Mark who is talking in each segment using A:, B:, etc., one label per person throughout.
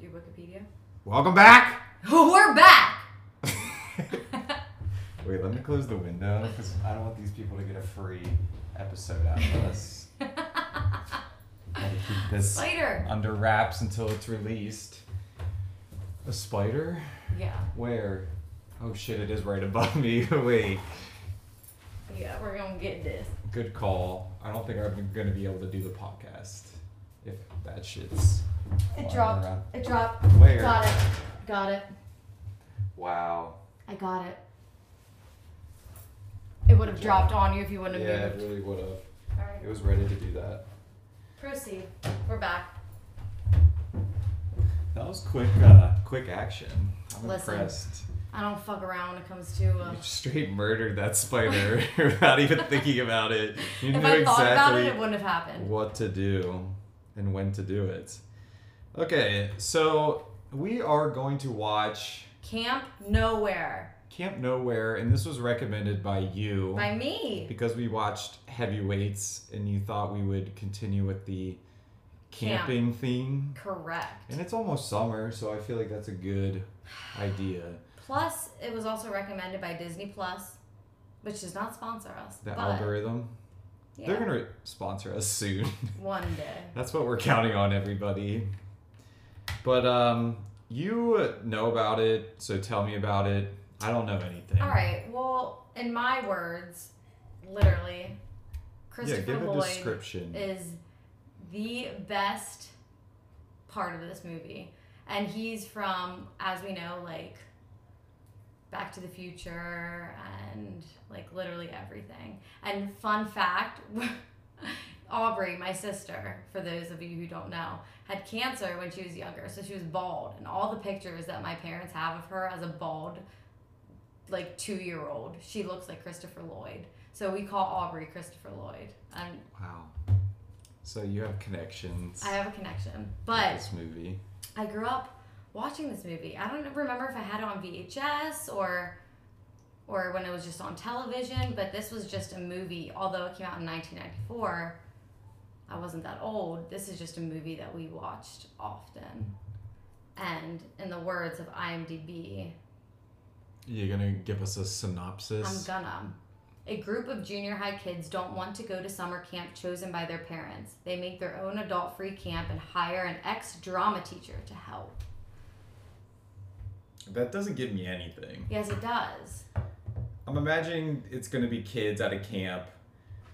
A: Your Wikipedia.
B: Welcome back.
A: We're back.
B: Wait, let me close the window because I don't want these people to get a free episode out of this. Gotta keep this
A: Spider.
B: under wraps until it's released. A spider?
A: Yeah.
B: Where? Oh shit! It is right above me. Wait.
A: Yeah, we're gonna get this.
B: Good call. I don't think I'm gonna be able to do the podcast if that shit's.
C: It
B: flying
C: dropped.
B: around.
C: It dropped.
B: Where?
C: Got it. Got it.
B: Wow.
C: I got it. It would have
B: Good
C: dropped on you if you wouldn't
B: Yeah,
C: have
B: it
C: moved.
B: really would have.
A: All right.
B: It was ready to do that.
A: Proceed. We're back.
B: That was quick, uh, quick action. I'm
C: Listen.
B: impressed.
C: I don't fuck around when it comes to. Uh,
B: You straight murdered that spider without even thinking about it. You
C: if
B: knew
C: I thought about it,
B: exactly
C: it wouldn't have happened.
B: what to do and when to do it. Okay, so we are going to watch
A: Camp Nowhere
B: Camp Nowhere, and this was recommended by you
A: by me.
B: because we watched Heavyweights, and you thought we would continue with the
A: Camp.
B: camping theme.
A: Correct.
B: And it's almost summer, so I feel like that's a good idea.
A: Plus, it was also recommended by Disney Plus, which does not sponsor us.
B: The
A: but
B: algorithm.
A: yeah,
B: They're gonna sponsor us soon.
A: one day.
B: That's what we're counting on, everybody. But um, you know about it, so tell me about it. I don't know anything.
A: All right. Well, in my words, literally,
B: Yeah,
A: Christopher
B: give a
A: Lloyd
B: description.
A: is the best part of this movie. And he's from, as we know, like Back to the Future and like literally everything. And fun fact Aubrey, my sister, for those of you who don't know, had cancer when she was younger. So she was bald. And all the pictures that my parents have of her as a bald, like two year old, she looks like Christopher Lloyd. So we call Aubrey Christopher Lloyd. And
B: Wow. So you have connections.
A: I have a connection.
B: with
A: But
B: this movie.
A: I grew up watching this movie. I don't remember if I had it on VHS or or when it was just on television, but this was just a movie. Although it came out in 1994, I wasn't that old. This is just a movie that we watched often. And in the words of IMDb,
B: You're gonna give us a synopsis.
A: I'm gonna. A group of junior high kids don't want to go to summer camp chosen by their parents. They make their own adult free camp and hire an ex drama teacher to help.
B: that doesn't give me anything.
A: Yes, it does.
B: I'm imagining it's gonna be kids at a camp.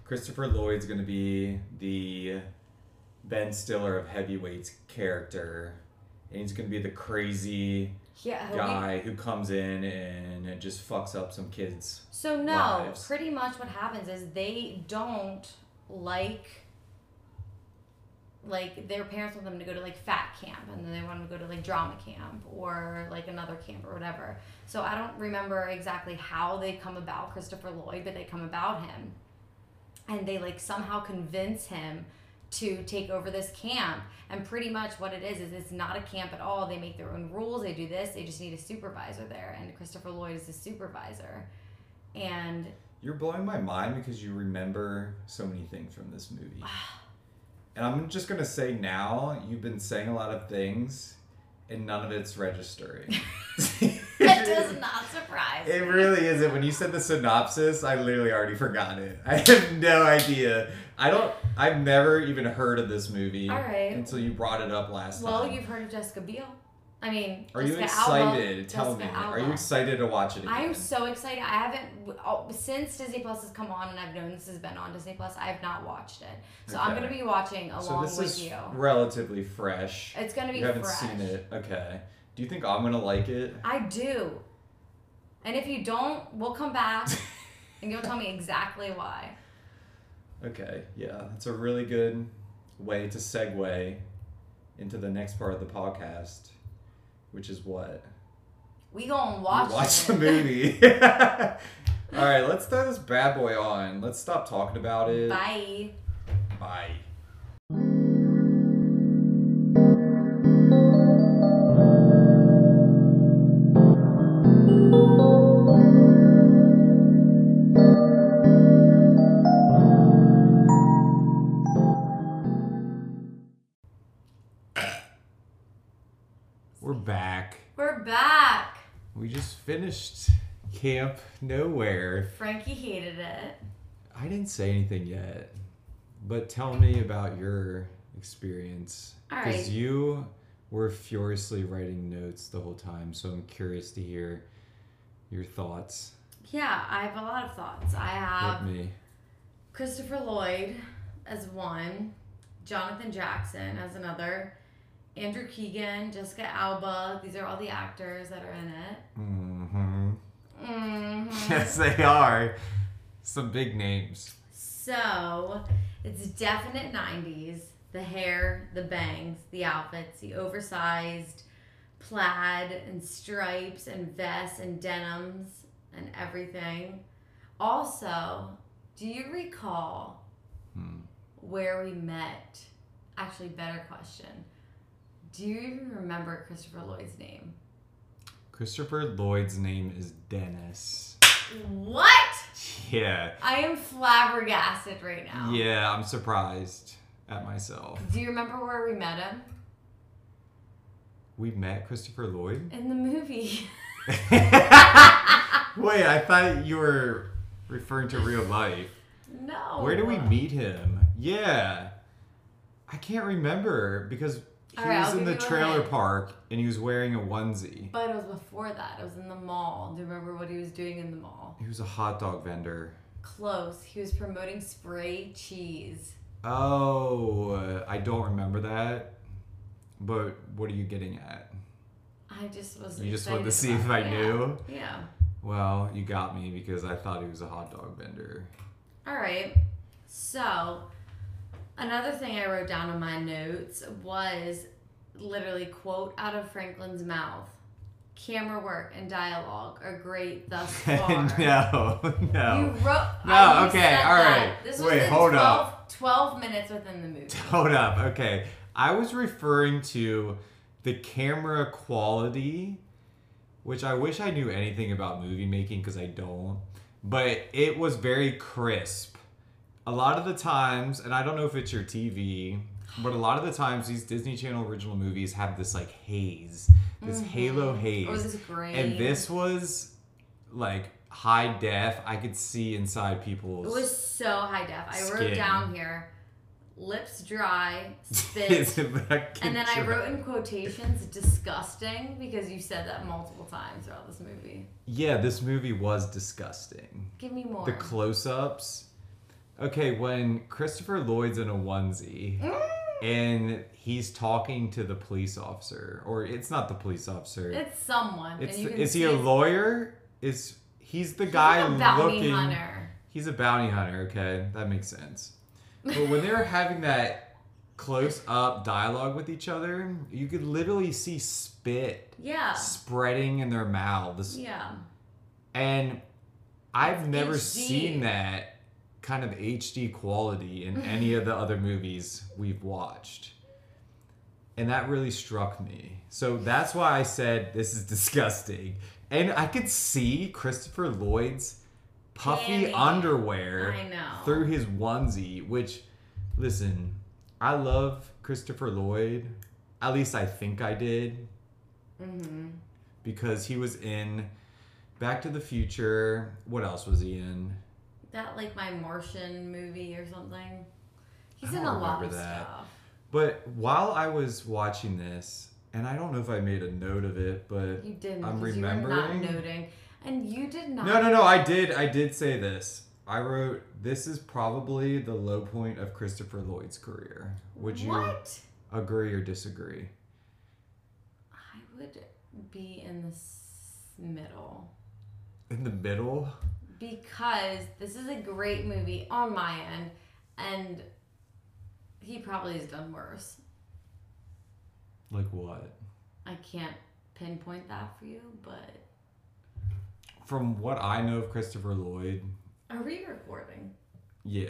B: Christopher Lloyd's gonna be the Ben Stiller of Heavyweight's character, and he's gonna be the crazy
A: Yeah. we-
B: guy who comes in and just fucks up some kids.
A: so no,
B: lives.
A: pretty much what happens is they don't like like their parents want them to go to like fat camp and then they want them to go to like drama camp or like another camp or whatever. So I don't remember exactly how they come about Christopher Lloyd, but they come about him. And they like somehow convince him to take over this camp. And pretty much what it is is it's not a camp at all. They make their own rules. They do this. They just need a supervisor there. And Christopher Lloyd is the supervisor. And
B: You're blowing my mind because you remember so many things from this movie. and I'm just gonna say now, you've been saying a lot of things, and none of it's registering.
A: that does not surprise
B: It
A: me.
B: really isn't. When you said the synopsis, I literally already forgot it. I have no idea. I don't. I've never even heard of this movie
A: All right.
B: until you brought it up last
A: Well,
B: time.
A: you've heard of Jessica Biel. I mean,
B: Are you
A: Jessica Alba-
B: excited? Tell
A: Jessica
B: me. Are you
A: Alba.
B: excited to watch it again?
A: I am so excited. I haven't oh, since Disney Plus has come on, and I've known this has been on Disney Plus. I have not watched it, so I'm
B: Okay.
A: gonna be watching
B: so
A: along
B: this
A: with
B: is
A: you.
B: relatively fresh.
A: It's gonna be
B: You haven't
A: fresh.
B: seen it. Okay. Do you think I'm gonna like it?
A: I do, and if you don't, we'll come back and you'll tell me exactly why.
B: Okay. Yeah, that's a really good way to segue into the next part of the podcast, which is what.
A: We gonna
B: You
A: watch.
B: watch
A: it.
B: the movie. All right, let's throw this bad boy on. Let's stop talking about it.
A: Bye.
B: Bye. We're back.
A: We're back.
B: We just finished Camp Nowhere.
A: Frankie hated it.
B: I didn't say anything yet, but tell me about your experience.
A: All
B: Because
A: right.
B: you were furiously writing notes the whole time, so I'm curious to hear your thouts.
A: Yeah, I have a lot of thoughts. I have
B: Hit me.
A: Christopher Lloyd as one, Jonathan Jackson as another, Andrew Keegan, Jessica Alba. These are all the actors that are in it. Mm-hmm.
B: hmm
A: hmm
B: Yes, they are. Some big names.
A: so it's definite 90s. The hair, the bangs, the outfits, the oversized plaid and stripes and vests and denims and everything. Also, do you recall
B: Hmm.
A: where we met. Actually, better question. Do you even remember Christopher Lloyd's name?
B: Christopher Lloyd's name is Dennis.
A: What?
B: Yeah.
A: I am flabbergasted right now.
B: Yeah, I'm surprised at myself.
A: Do you remember where we met him?
B: We met Christopher Lloyd?
A: In the movie.
B: Wait, I thought you were referring to real life.
A: no.
B: Where do we meet him? Yeah. I can't remember because he
A: All right,
B: was
A: I'll
B: in the
A: give you a
B: trailer
A: hint.
B: park and he was wearing a onesie.
A: But it was before that. It was in the mall. Do you remember what he was doing in the mall?
B: He was a hot dog vendor.
A: Close. He was promoting spray cheese.
B: Oh, uh, I don't remember that. But what are you getting at?
A: I just was.
B: You just wanted to
A: excited
B: see if
A: about
B: I
A: it. Yeah.
B: knew?
A: Yeah.
B: Well, you got me because I thought he was a hot dog vendor.
A: All right. So, another thing I wrote down in my notes was literally quote out of Franklin's mouth. Camera work and dialogue are great thus far.
B: no,
A: You
B: no.
A: wrote.
B: No,
A: I- you
B: okay,
A: said
B: all
A: that.
B: right.
A: This
B: Wait,
A: was in
B: hold
A: 12,
B: up.
A: Twelve minutes within the movie.
B: Hold up. Okay. I was referring to the camera quality, which I wish I knew anything about movie making because I don't, but it was very crisp. A lot of the times, and I don't know if it's your TV, but a lot of the times these Disney Channel original movies have this like haze, this
A: Mm-hmm.
B: halo haze.
A: It was great.
B: And this was like high def. I could see inside
A: It
B: people's.
A: was so high def. I wrote
B: Skin.
A: down here, lips dry,
B: It's
A: spit.
B: a fucking
A: And then I
B: trap.
A: wrote in quotations disgusting because you said that multiple times throughout this movie.
B: Yeah, this movie was disgusting.
A: Give me more.
B: The close-ups. Okay, when Christopher Lloyd's in a onesie
A: Mm,
B: and he's talking to the police officer, or it's not the police officer.
A: it's someone.
B: it's
A: and you can
B: is he
A: see
B: a
A: it's-
B: lawyer? Is he's the
A: he's
B: guy
A: like a bounty
B: looking?
A: hunter.
B: He's a bounty hunter, okay? That makes sense. But when they were having that close up dialogue with each other, you could literally see spit
A: Yeah.
B: spreading in their mouths.
A: Yeah.
B: And I've
A: That's
B: never
A: HD.
B: seen that kind of HD quality in any of the other movies we've watched. And that really struck me. So that's why I said this is disgusting. And I could see Christopher Lloyd's puffy
A: Panties.
B: underwear
A: I know.
B: through his onesie, which, listen, I love Christopher Lloyd. At least I think I did
A: Mm-hmm.
B: because he was in Back to the Future. What else was he in?
A: That like my Martian movie or something. He's
B: I
A: in
B: don't
A: a lot of
B: remember that.
A: stuff.
B: But while I was watching this, and I don't know if I made a note of it, but
A: You didn't.
B: I'm
A: 'cause You were
B: remembering.
A: not noting, and you did not.
B: no, no, no, I did. I did say this. I wrote, "This is probably the low point of Christopher Lloyd's career." Would you
A: What?
B: agree or disagree?
A: I would be in the s- middle.
B: In the middle.
A: because this is a great movie on my end, and he probably has done worse.
B: Like what?
A: I can't pinpoint that for you, but
B: From what I know of Christopher Lloyd,
A: are we recording?
B: yeah,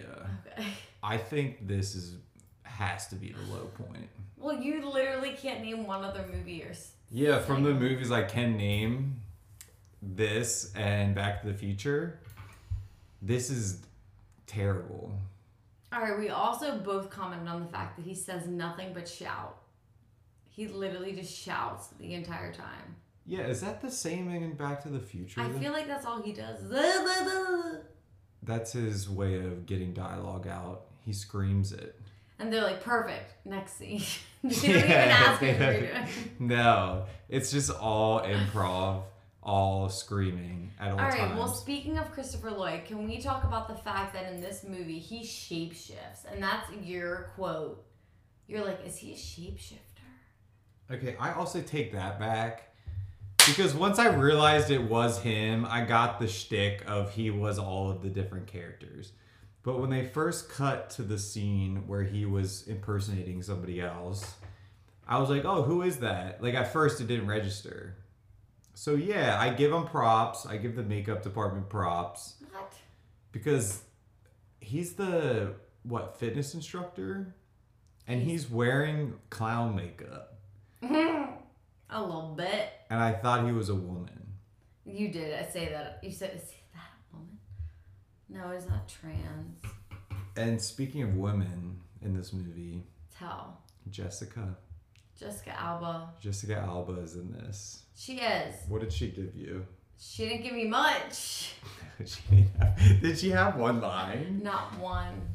A: Okay.
B: I think this is has to be the low point.
A: Well, you literally can't name one other movie or. s-
B: Yeah, from the movies I can name, this and Back to the Future, this is terrible.
A: All right. We also both commented on the fact that he says nothing but shout. He literally just shouts the entire time.
B: Yeah, is that the same in Back to the Future?
A: I
B: though?
A: feel like that's all he does.
B: That's his way of getting dialogue out. He screams it.
A: And they're like, perfect. Next scene. you don't even ask me what you're doing.
B: No, it's just all improv, all screaming at all,
A: All right.
B: times.
A: Well, speaking of Christopher Lloyd, can we talk about the fact that in this movie he shapeshifts, and that's your quote. You're like, is he a shapeshifter?
B: Okay, I also take that back because once I realized it was him, I got the shtick of he was all of the different characters. But when they first cut to the scene where he was impersonating somebody else, I was like, "Oh, who is that?" Like at first, it didn't register. So yeah, I give him props. I give the makeup department props
A: What?
B: because he's the what fitness instructor, and he's wearing clown makeup.
A: A little bit.
B: and I thought he was a woman.
A: You did. I say that. You said, is that a woman? No, it's not trans.
B: And speaking of women in this movie,
A: Tell.
B: Jessica,
A: Jessica Alba.
B: Jessica Alba is in this.
A: She is.
B: What did she give you?
A: She didn't give me much.
B: She- did she have one line?
A: Not one.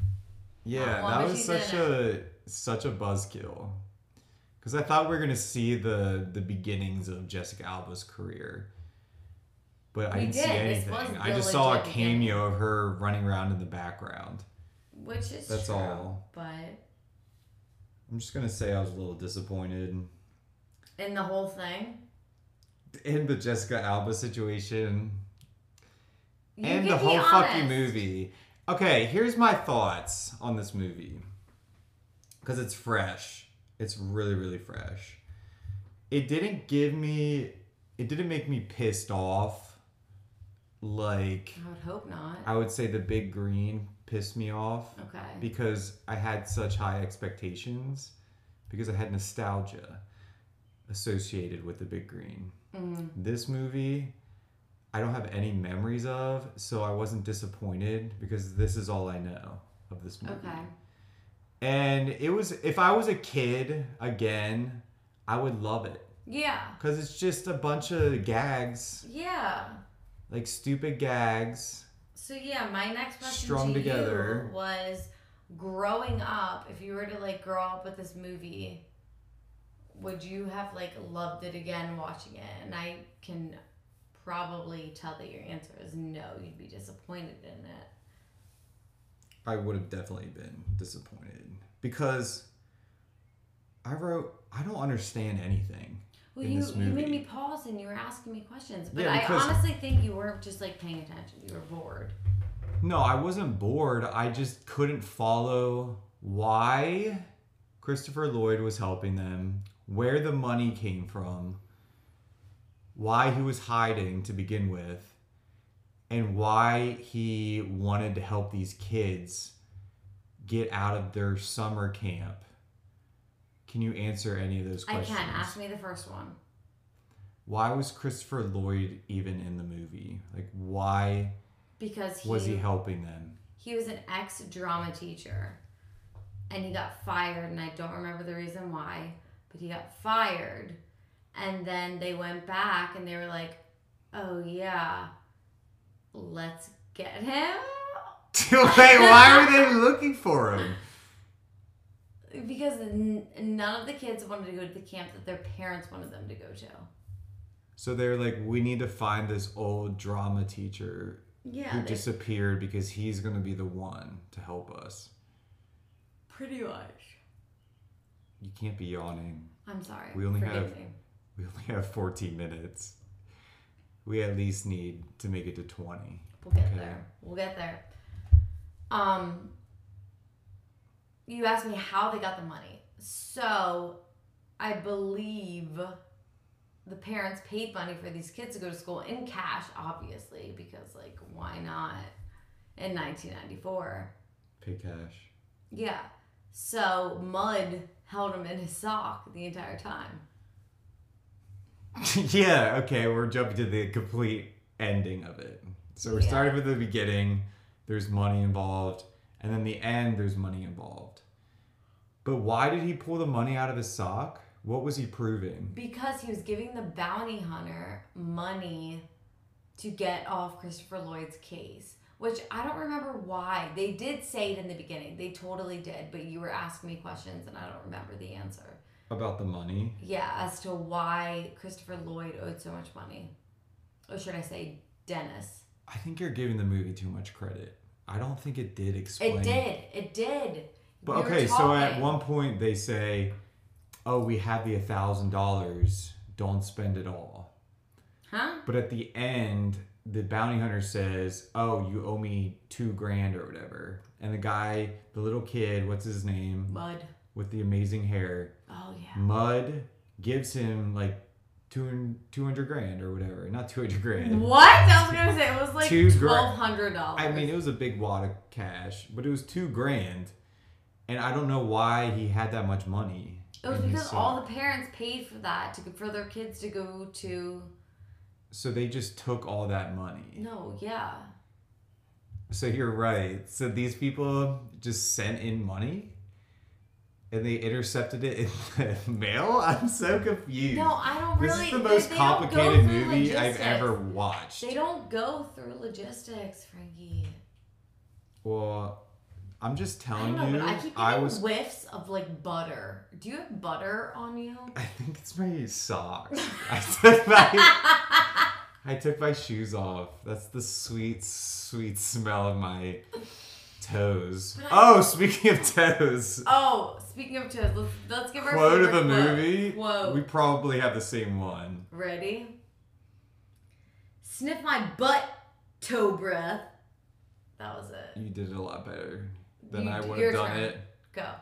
B: Yeah,
A: Well,
B: that
A: but
B: was
A: she
B: such a such a buzzkill. Because I thought we were gonna see the the beginnings of Jessica Alba's career, but I
A: We
B: didn't see
A: did. This
B: anything.
A: was
B: I
A: the
B: just saw a
A: legit beginning.
B: cameo of her running around in the background.
A: Which is
B: That's
A: true,
B: all.
A: But
B: I'm just gonna say I was a little disappointed.
A: in the whole thing,
B: in the Jessica Alba situation
A: you can
B: and the
A: be
B: whole fucking
A: honest.
B: movie. Okay, here's my thoughts on this movie because it's fresh. It's really, really fresh. It didn't give me, it didn't make me pissed off like
A: I would hope not.
B: I would say the big green pissed me off
A: Okay.
B: because I had such high expectations because I had nostalgia associated with the big green.
A: Mm.
B: This movie I don't have any memories of, so I wasn't disappointed because this is all I know of this movie.
A: Okay.
B: And it was if I was a kid again, I would love it
A: Yeah.
B: cuz it's just a bunch of gags,
A: Yeah.
B: like stupid gags.
A: So yeah, my next question
B: Strung
A: to
B: together.
A: you was growing up. If you were to like grow up with this movie, would you have like loved it again watching it? And I can probably tell that your answer is no. You'd be disappointed in it.
B: I would have definitely been disappointed because I wrote I don't understand anything.
A: Well,
B: in
A: you,
B: this
A: you made
B: movie.
A: me pause and you were asking me questions, but
B: Yeah,
A: I
B: because-
A: honestly think you weren't just like paying attention. You were bored.
B: No, I wasn't bored. I just couldn't follow why Christopher Lloyd was helping them, where the money came from, why he was hiding to begin with, and why he wanted to help these kids get out of their summer camp. Can you answer any of those questions?
A: I can ask me the first one.
B: why was Christopher Lloyd even in the movie? Like, why
A: because he
B: was he helping them?
A: he was an ex drama teacher and he got fired and I don't remember the reason why, but he got fired and then they went back and they were like, "Oh yeah, let's get him."
B: Wait, why were they looking for him?
A: Because n- none of the kids wanted to go to the camp that their parents wanted them to go to.
B: So they're like, we need to find this old drama teacher
A: Yeah,
B: who
A: they
B: disappeared because he's going to be the one to help us.
A: pretty much.
B: You can't be yawning.
A: I'm sorry.
B: We only
A: forgive
B: have-
A: me.
B: We only have 14 minutes. We at least need to make it to 20.
A: We'll get
B: Okay.
A: there. We'll get there. Um, you asked me how they got the money. So, I believe the parents paid money for these kids to go to school in cash, obviously, because like why not? In 1994,
B: Pay cash.
A: yeah. So mud held him in his sock the entire time.
B: yeah, okay, we're jumping to the complete ending of it. So we're
A: Yeah.
B: starting with the beginning, there's money involved, and then the end, there's money involved. But why did he pull the money out of his sock? What was he proving?
A: because he was giving the bounty hunter money to get off Christopher Lloyd's case, which I don't remember why. They did say it in the beginning. They totally did, but you were asking me questions and I don't remember the answer.
B: About the money?
A: Yeah, as to why Christopher Lloyd owed so much money. Or should I say Dennis?
B: I think you're giving the movie too much credit. I don't think it did explain.
A: It did. It did.
B: But
A: We were
B: okay, so at
A: talking.
B: one point they say, "Oh, we have the thousand dollars. Don't spend it all."
A: Huh?
B: But at the end, the bounty hunter says, "Oh, you owe me two grand or whatever." And the guy, the little kid, what's his name,
A: Mud.
B: with the amazing hair,
A: Oh, yeah.
B: Mud, gives him like two two hundred grand or whatever. Not two hundred grand.
A: What? I was going to say it was like
B: Two gra-
A: $1,200.
B: I mean, it was a big wad of cash, but it was two grand, and I don't know why he had that much money.
A: It was
B: in his
A: because
B: cell.
A: all the parents paid for that to for their kids to go to.
B: so they just took all that money.
A: No, yeah,
B: So you're right. So these people just sent in money, and they intercepted it in the mail. I'm so confused.
A: no, I don't
B: this
A: really.
B: is the
A: they-
B: most
A: they don't go
B: complicated
A: through
B: movie I've
A: logistics.
B: ever watched.
A: They don't go through logistics, Frankie.
B: Well, I'm just
A: I
B: telling
A: don't know,
B: you,
A: but I keep getting
B: I was.
A: whiffs of like butter. Do you have butter on you?
B: I think it's my socks. I took my I took my shoes off. That's the sweet, sweet smell of my toes. Oh, speaking of toes,
A: Oh, speaking of toes, let's, let's give our
B: quote of
A: favorite
B: the movie.
A: Quote.
B: We probably have the same one.
A: Ready? Sniff my butt, toe breath. That was it.
B: You did it a lot better than
A: You-
B: I would
A: your
B: have done
A: turn.
B: it.
A: Go.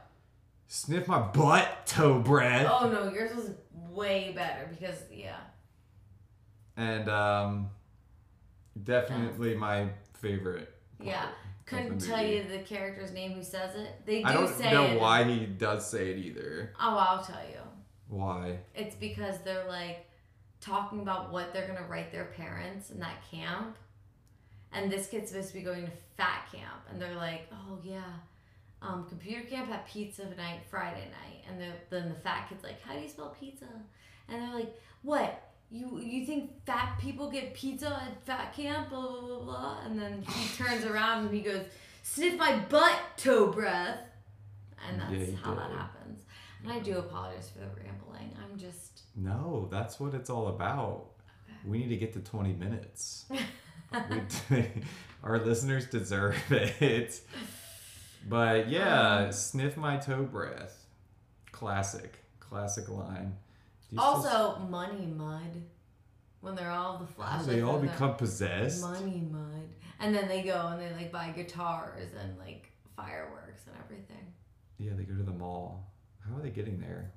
B: Sniff my butt, toe breath.
A: Oh no, yours was way better because yeah.
B: And um, definitely my favorite.
A: Yeah. Couldn't
B: the
A: tell
B: movie.
A: you the character's name who says it. They do
B: I don't
A: say
B: know
A: it.
B: why he does say it either.
A: Oh, I'll tell you.
B: Why?
A: It's because they're like talking about what they're gonna write their parents in that camp. And this kid's supposed to be going to fat camp and they're like, Oh yeah. Um, computer camp had pizza night Friday night and the, then the fat kid's like, How do you spell pizza? And they're like, What? You you think fat people get pizza at fat camp? Blah blah blah blah and then he turns around and he goes, Sniff my butt, toe breath and
B: Yeah,
A: that's
B: he
A: how that
B: did.
A: happens. And I do apologize for the rambling. I'm just
B: No, that's what it's all about. We need to get to 20 minutes. we d- our listeners deserve it.
A: Um,
B: But yeah, sniff my toe breath. Classic. Classic line. Do you still s-
A: Also, money mud. When they're all the
B: Wow,
A: flashlights.
B: they all
A: and they're
B: become possessed.
A: money mud, and then they go and they like buy guitars and like fireworks and everything.
B: Yeah, they go to the mall. How are they getting there?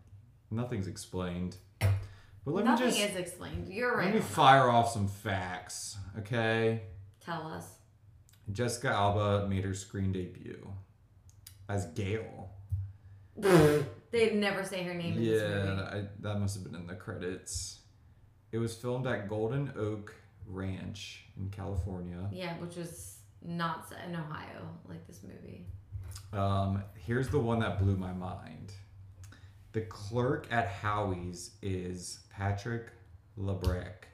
B: Nothing's explained. But let
A: Nothing
B: me just
A: is explained. You're
B: let
A: right.
B: me
A: on that.
B: fire off some facts, okay?
A: Tell us.
B: Jessica Alba made her screen debut as Gail.
A: They'd never say her name in this
B: Yeah,
A: movie.
B: I, that must have been in the credits. It was filmed at Golden Oak Ranch in California.
A: Yeah, which was not set in Ohio like this movie.
B: Um, here's the one that blew my mind. The clerk at Howie's is Patrick LeBrec,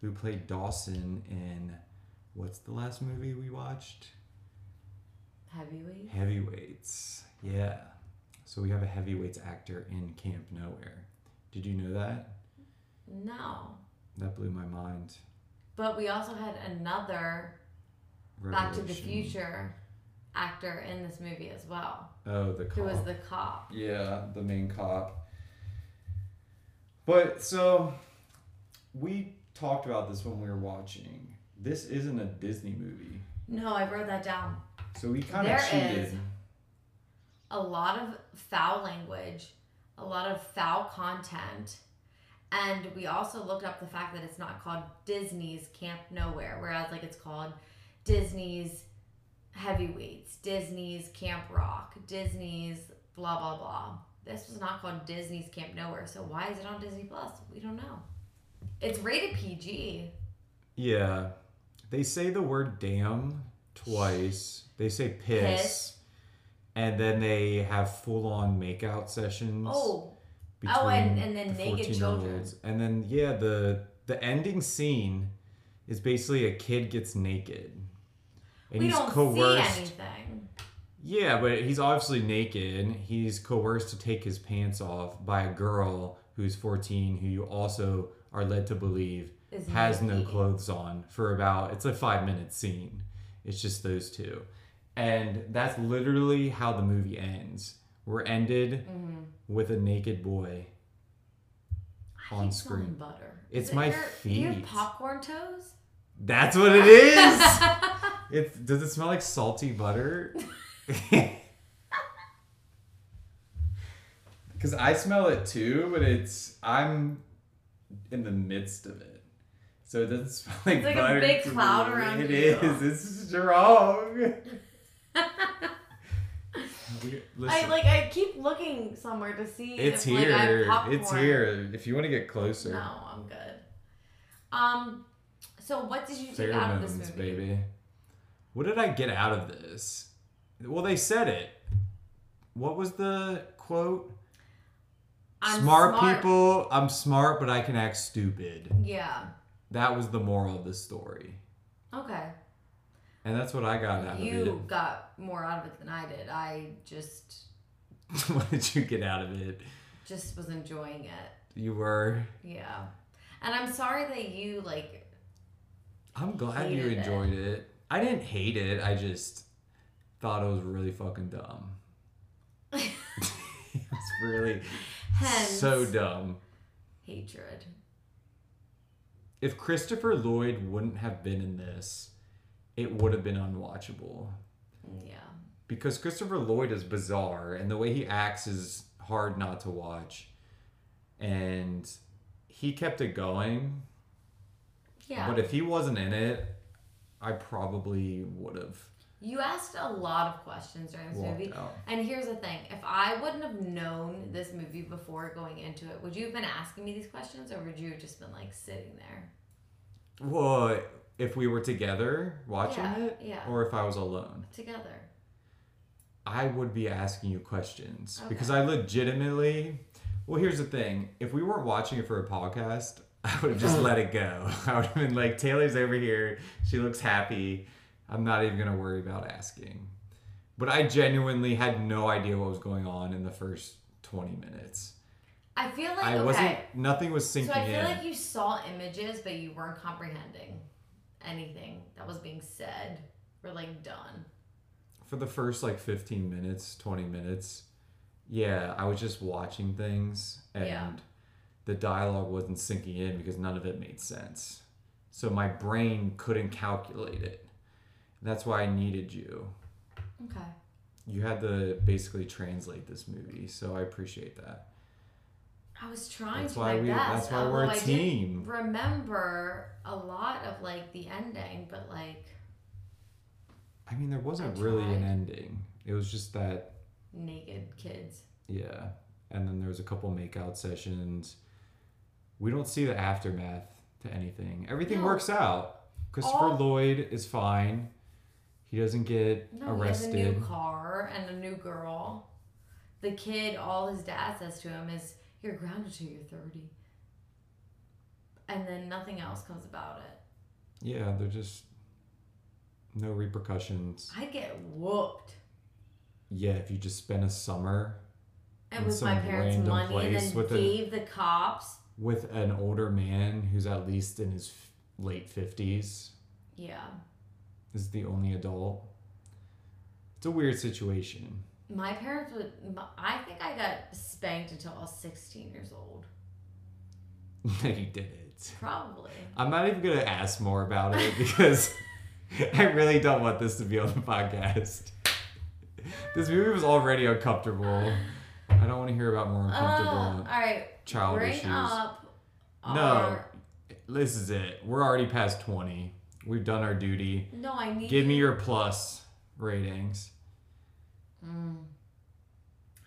B: who played Dawson in what's the last movie we watched?
A: Heavyweight.
B: Heavyweights. Yeah. So we have a heavyweights actor in Camp Nowhere. Did you know that?
A: No,
B: That blew my mind.
A: but we also had another Back to the
B: Revelation.
A: Future actor in this movie as well,
B: Oh, the cop.
A: who was the cop.
B: yeah, the main cop. But so we talked about this when we were watching. This isn't a Disney movie,
A: No, I wrote that down.
B: so we kind
A: There
B: of cheated.
A: is- a lot of foul language, a lot of foul content. And we also looked up the fact that it's not called Disney's Camp Nowhere, whereas like it's called Disney's Heavyweights, Disney's Camp Rock, Disney's blah blah blah. This was not called Disney's Camp Nowhere, so why is it on Disney Plus? We don't know. It's rated PG.
B: Yeah, they say the word "damn" twice. They say piss,
A: Piss.
B: and then they have full-on makeout sessions.
A: Oh, Oh, and-
B: between
A: and then
B: the
A: naked children.
B: 14-year-olds. And then yeah, the the ending scene is basically a kid gets naked. And
A: we
B: he's
A: don't
B: coerced.
A: see anything.
B: Yeah, but he's obviously naked. He's coerced to take his pants off by a girl who's 14 who you also are led to believe
A: Is
B: has no
A: naked.
B: clothes on for about it's a 5 minute scene. It's just those two. And that's literally how the movie ends. We're ended with a naked boy
A: I
B: on
A: hate
B: screen.
A: smelling Butter.
B: It's
A: Is it
B: my
A: your, You have
B: feet.
A: popcorn toes.
B: That's what it is. it does it smell like salty butter? Cuz I smell it too, but it's I'm in the midst of it. So it doesn't smell like
A: It's like a
B: butter
A: big
B: to
A: cloud
B: me.
A: around
B: It
A: you.
B: is. It's strong.
A: I
B: Listen,
A: like. I keep looking somewhere to see.
B: it's
A: if, Like, I have
B: here. it's
A: popcorn.
B: here. If you want to get closer.
A: No, I'm good. Um, so what did you take out of this
B: Pheromones,
A: movie?
B: baby. What did I get out of this? Well, they said it. What was the quote?
A: I'm
B: people, I'm smart, but I can act stupid.
A: Yeah.
B: That was the moral of the story.
A: Okay.
B: And that's what I got out
A: You got more out of it than I did. I just
B: of it. what did you get out of it?
A: just was enjoying it.
B: You were.
A: Yeah. And I'm sorry that you like
B: I'm glad you
A: Hated it.
B: enjoyed it. I didn't hate it. I just thought it was really fucking dumb. it's really
A: hence
B: so dumb.
A: hatred.
B: if Christopher Lloyd wouldn't have been in this, it would have been unwatchable
A: Yeah.
B: because Christopher Lloyd is bizarre and the way he acts is hard not to watch. And he kept it going,
A: Yeah.
B: but if he wasn't in it, I probably would have
A: you asked a lot of questions during this
B: walked
A: movie.
B: out.
A: And here's the thing, if I wouldn't have known this movie before going into it, would you have been asking me these questions or would you have just been like sitting there?
B: Well, if we were together watching
A: Yeah,
B: it,
A: yeah.
B: or if I was alone,
A: Together.
B: I would be asking you questions
A: Okay.
B: because I legitimately. Well, here's the thing: if we weren't watching it for a podcast, I would have just let it go. I would have been like, "Taylor's over here. She looks happy. I'm not even gonna worry about asking." But I genuinely had no idea what was going on in the first 20 minutes.
A: I feel like
B: I
A: okay.
B: wasn't. Nothing was
A: So
B: sinking
A: I
B: in.
A: feel like you saw images, but you weren't comprehending anything that was being said or like done.
B: for the first like 15 minutes 20 minutes yeah i was just watching things and
A: Yeah.
B: the dialogue wasn't sinking in because none of it made sense so my brain couldn't calculate it that's why i needed you
A: Okay.
B: you had to basically translate this movie so i appreciate that
A: I was trying
B: that's
A: to
B: why
A: my
B: we
A: best.
B: that's why we're
A: although
B: a
A: I
B: team
A: didn't remember a lot of like the ending, but like
B: i mean there wasn't
A: I
B: really an
A: tried.
B: ending it was just that
A: naked kids.
B: Yeah. And then there was a couple makeout sessions. We don't see the aftermath to anything. Everything
A: No.
B: works out. Christopher
A: All-
B: Lloyd is fine. He doesn't get
A: No, he has a
B: arrested.
A: new car and a new girl. The kid, all his dad says to him is, "You're grounded till you're 30. and then nothing else comes about it.
B: Yeah, they're just no repercussions.
A: I get whooped.
B: Yeah, if you just spend a summer
A: and
B: in
A: with my
B: some
A: parents'
B: random
A: money and
B: place
A: then
B: with a-
A: gave the cops.
B: with an older man who's at least in his f- late 50s,
A: Yeah.
B: is the only adult. It's a weird situation.
A: My parents would. My, I think I got spanked until I was 16 years old.
B: No, you didn't.
A: Probably.
B: I'm not even gonna ask more about it because I really don't want this to be on the podcast. This movie was already uncomfortable. I don't want to hear about more
A: Uh, all
B: uncomfortable
A: right.
B: child
A: bring
B: issues.
A: up.
B: No.
A: our-
B: This is it. We're already past 20. We've done our duty.
A: no, I need.
B: Give me your plus ratings.
A: Mm.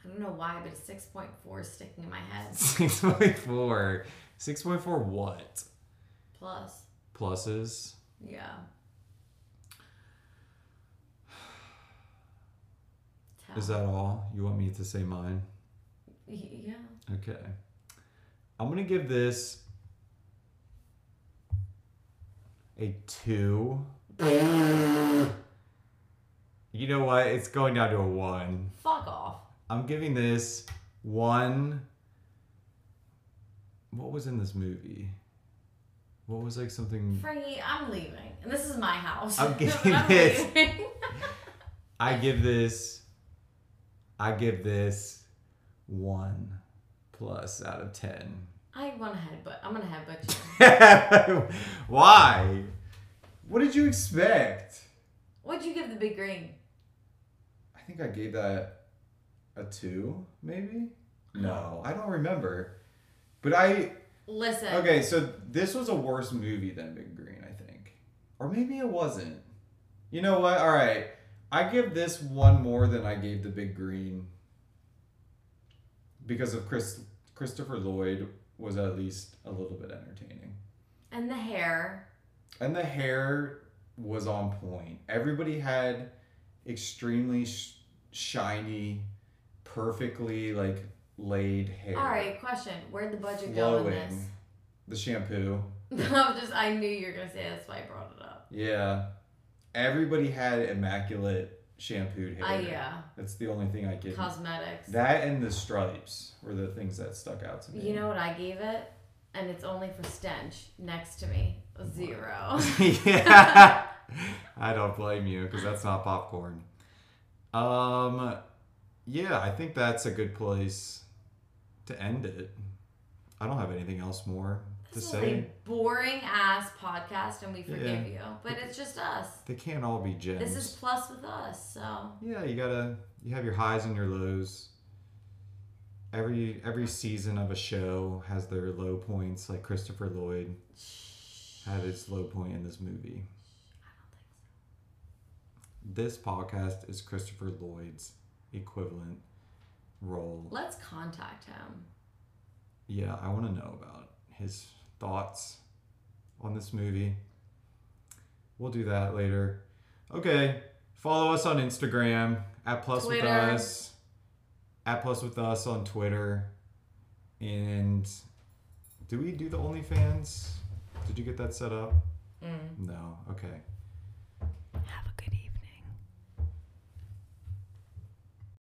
A: I don't know why, but a 6.4 is sticking in my head.
B: 6.4. 6.4 what?
A: Plus.
B: Pluses?
A: Yeah.
B: Is that all? You want me to say mine?
A: Y- Yeah.
B: Okay. I'm going to give this a two. you know what? It's going down to a one.
A: Fuck off.
B: I'm giving this one. What was in this movie? What was like something.
A: Frankie, I'm leaving. And this is my house.
B: I'm getting this.
A: leaving.
B: I give this. I give this one plus out of ten.
A: I want to headbutt. I'm going to headbutt you.
B: Why? What did you expect?
A: What'd you give the big green?
B: I think I gave that a two, maybe? No, I don't remember. But I.
A: Listen.
B: Okay, so this was a worse movie than Big Green, I think. Or maybe it wasn't. You know what? All right. I give this one more than I gave the Big Green because of Chris Christopher Lloyd was at least a little bit entertaining.
A: And the hair.
B: And the hair was on point. Everybody had extremely sh- shiny, perfectly like laid hair.
A: All right, question. Where'd the budget go in
B: Flowing. The shampoo.
A: this? I'm just, I knew you were going to say that's why I brought it up.
B: Yeah. Everybody had immaculate shampooed hair.
A: I, uh, yeah.
B: That's the only thing I give.
A: Cosmetics.
B: that and the stripes were the things that stuck out to me.
A: You know what I gave it? And it's only for stench next to me. Zero.
B: yeah. I don't blame you because that's not popcorn. Um, yeah, I think that's a good place to end it. I don't have anything else more to
A: This is
B: say.
A: a boring ass podcast, and we
B: Yeah.
A: forgive you. But it's just us.
B: They can't all be gems.
A: This is plus with us, so
B: yeah. You gotta you have your highs and your lows. Every every season of a show has their low points. Like Christopher Lloyd had its low point in this movie. This podcast is Christopher Lloyd's equivalent role.
A: let's contact him.
B: Yeah, I want to know about his thoughts on this movie. We'll do that later. Okay, follow us on Instagram at plus
A: Twitter.
B: with us at plus with us on Twitter. And Mm. do we do the OnlyFans? Did you get that set up? No. Okay.